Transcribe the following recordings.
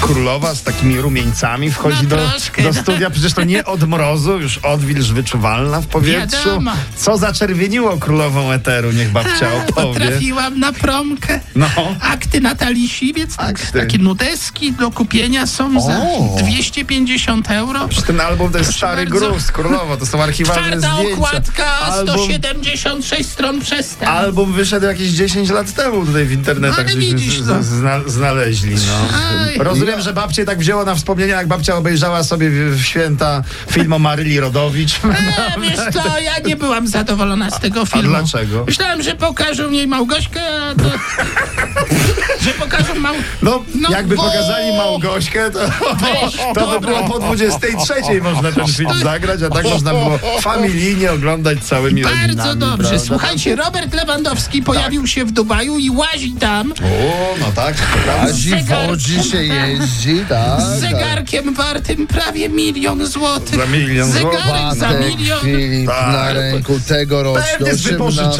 królowa z takimi rumieńcami wchodzi No do, troszkę, do no. studia. Przecież to nie od mrozu, już odwilż wyczuwalna w powietrzu. Wiadomo. Co zaczerwieniło królową eteru, niech babcia A, to opowie. trafiłam na promkę. No. Akty Natalii Siwiec, tak, Akty. takie nudeski do kupienia są za O. 250 euro. Przy ten album to jest stary bardzo. gruz, królowo, to są archiwalne Czarna zdjęcia. okładka, Album- 176 stron przestęp. Album wyszedł jakieś 10 lat temu tutaj w internetach, Ale żeśmy widzisz, z- no. z- zna, znaleźli. No. Aj. Rozumiem, że babcię tak wzięło na wspomnienia, jak babcia obejrzała sobie w, w święta film o Maryli Rodowicz. A, e, wiesz co, ja nie byłam zadowolona z tego filmu. dlaczego? Myślałem, że pokażą jej Małgośkę, a to... że pokażą Mał... No, No jakby bo- pokazali Małgośkę, to, Weź, to by było po 23 można ten film zagrać, a tak można było familijnie oglądać całymi rodzinami. Bardzo dobrze. prawda? Słuchajcie, Robert Lewandowski pojawił się w Dubaju i łazi tam O, no tak, to prawda. Chodzi, Zegarkiem. wodzi się jeździ, tak. z zegarkiem wartym prawie milion złotych. Za milion Zegarek złotych. za Patek milion. Filip Tak. na ręku tegoroczny Pewnie z wypożyczalni,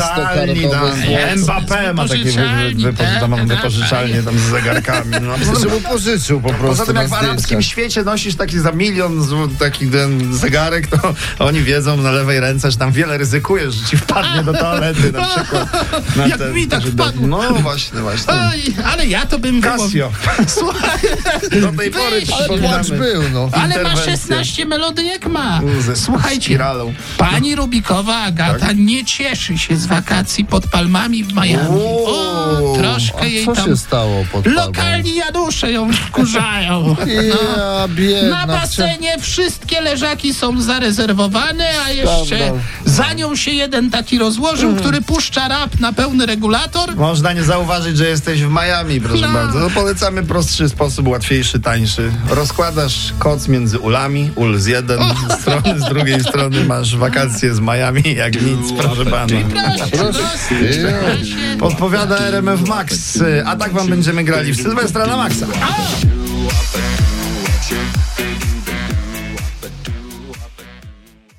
tak. 18-karotowy tam. złot. Mbappé ma takie wy- wy- tak, wypożyczalnie, tam, mam wypożyczalnie tam z zegarkami. No. Że mu pożyczył po prostu Poza tym na jak w arabskim zdjęciach. świecie nosisz taki za milion zł, taki ten zegarek, to oni wiedzą na lewej ręce, że tam wiele ryzykujesz, że ci wpadnie do toalety na przykład. Na Jak mi tak że- wpadło. No właśnie, właśnie. Oj, ale ja to bym wyłowił. Casio. Słuchaj, Do tej pory Weź. Ale płacz przypominamy. był, no. ale ma Interwencja. 16 melodii jak ma. Ze Słuchajcie, spiralą. Tak. pani Rubikowa Agata nie cieszy się z wakacji pod palmami w Miami. O, Uuu, troszkę jej Co tam... się stało pod palmą? Lokalni Janusze ją wkurzają. Ja, Na biedna. wcie- basenie wszystkie leżaki są zarezerwowane, a jeszcze Skandal. za nią się jeden taki rozłożył, który puszcza rap na pełny regulator. Można nie zauważyć, że jesteś w Miami, proszę No. bardzo. No polecamy prostszy sposób, łatwiejszy, tańszy. Rozkładasz koc między ulami, ul z jednej strony, z drugiej strony masz wakacje z Miami, jak nic, proszę pana. Proszę, proszę. Ja. Odpowiada RMF Max, a tak wam będziemy grali w Sylwestra na Maxa. A!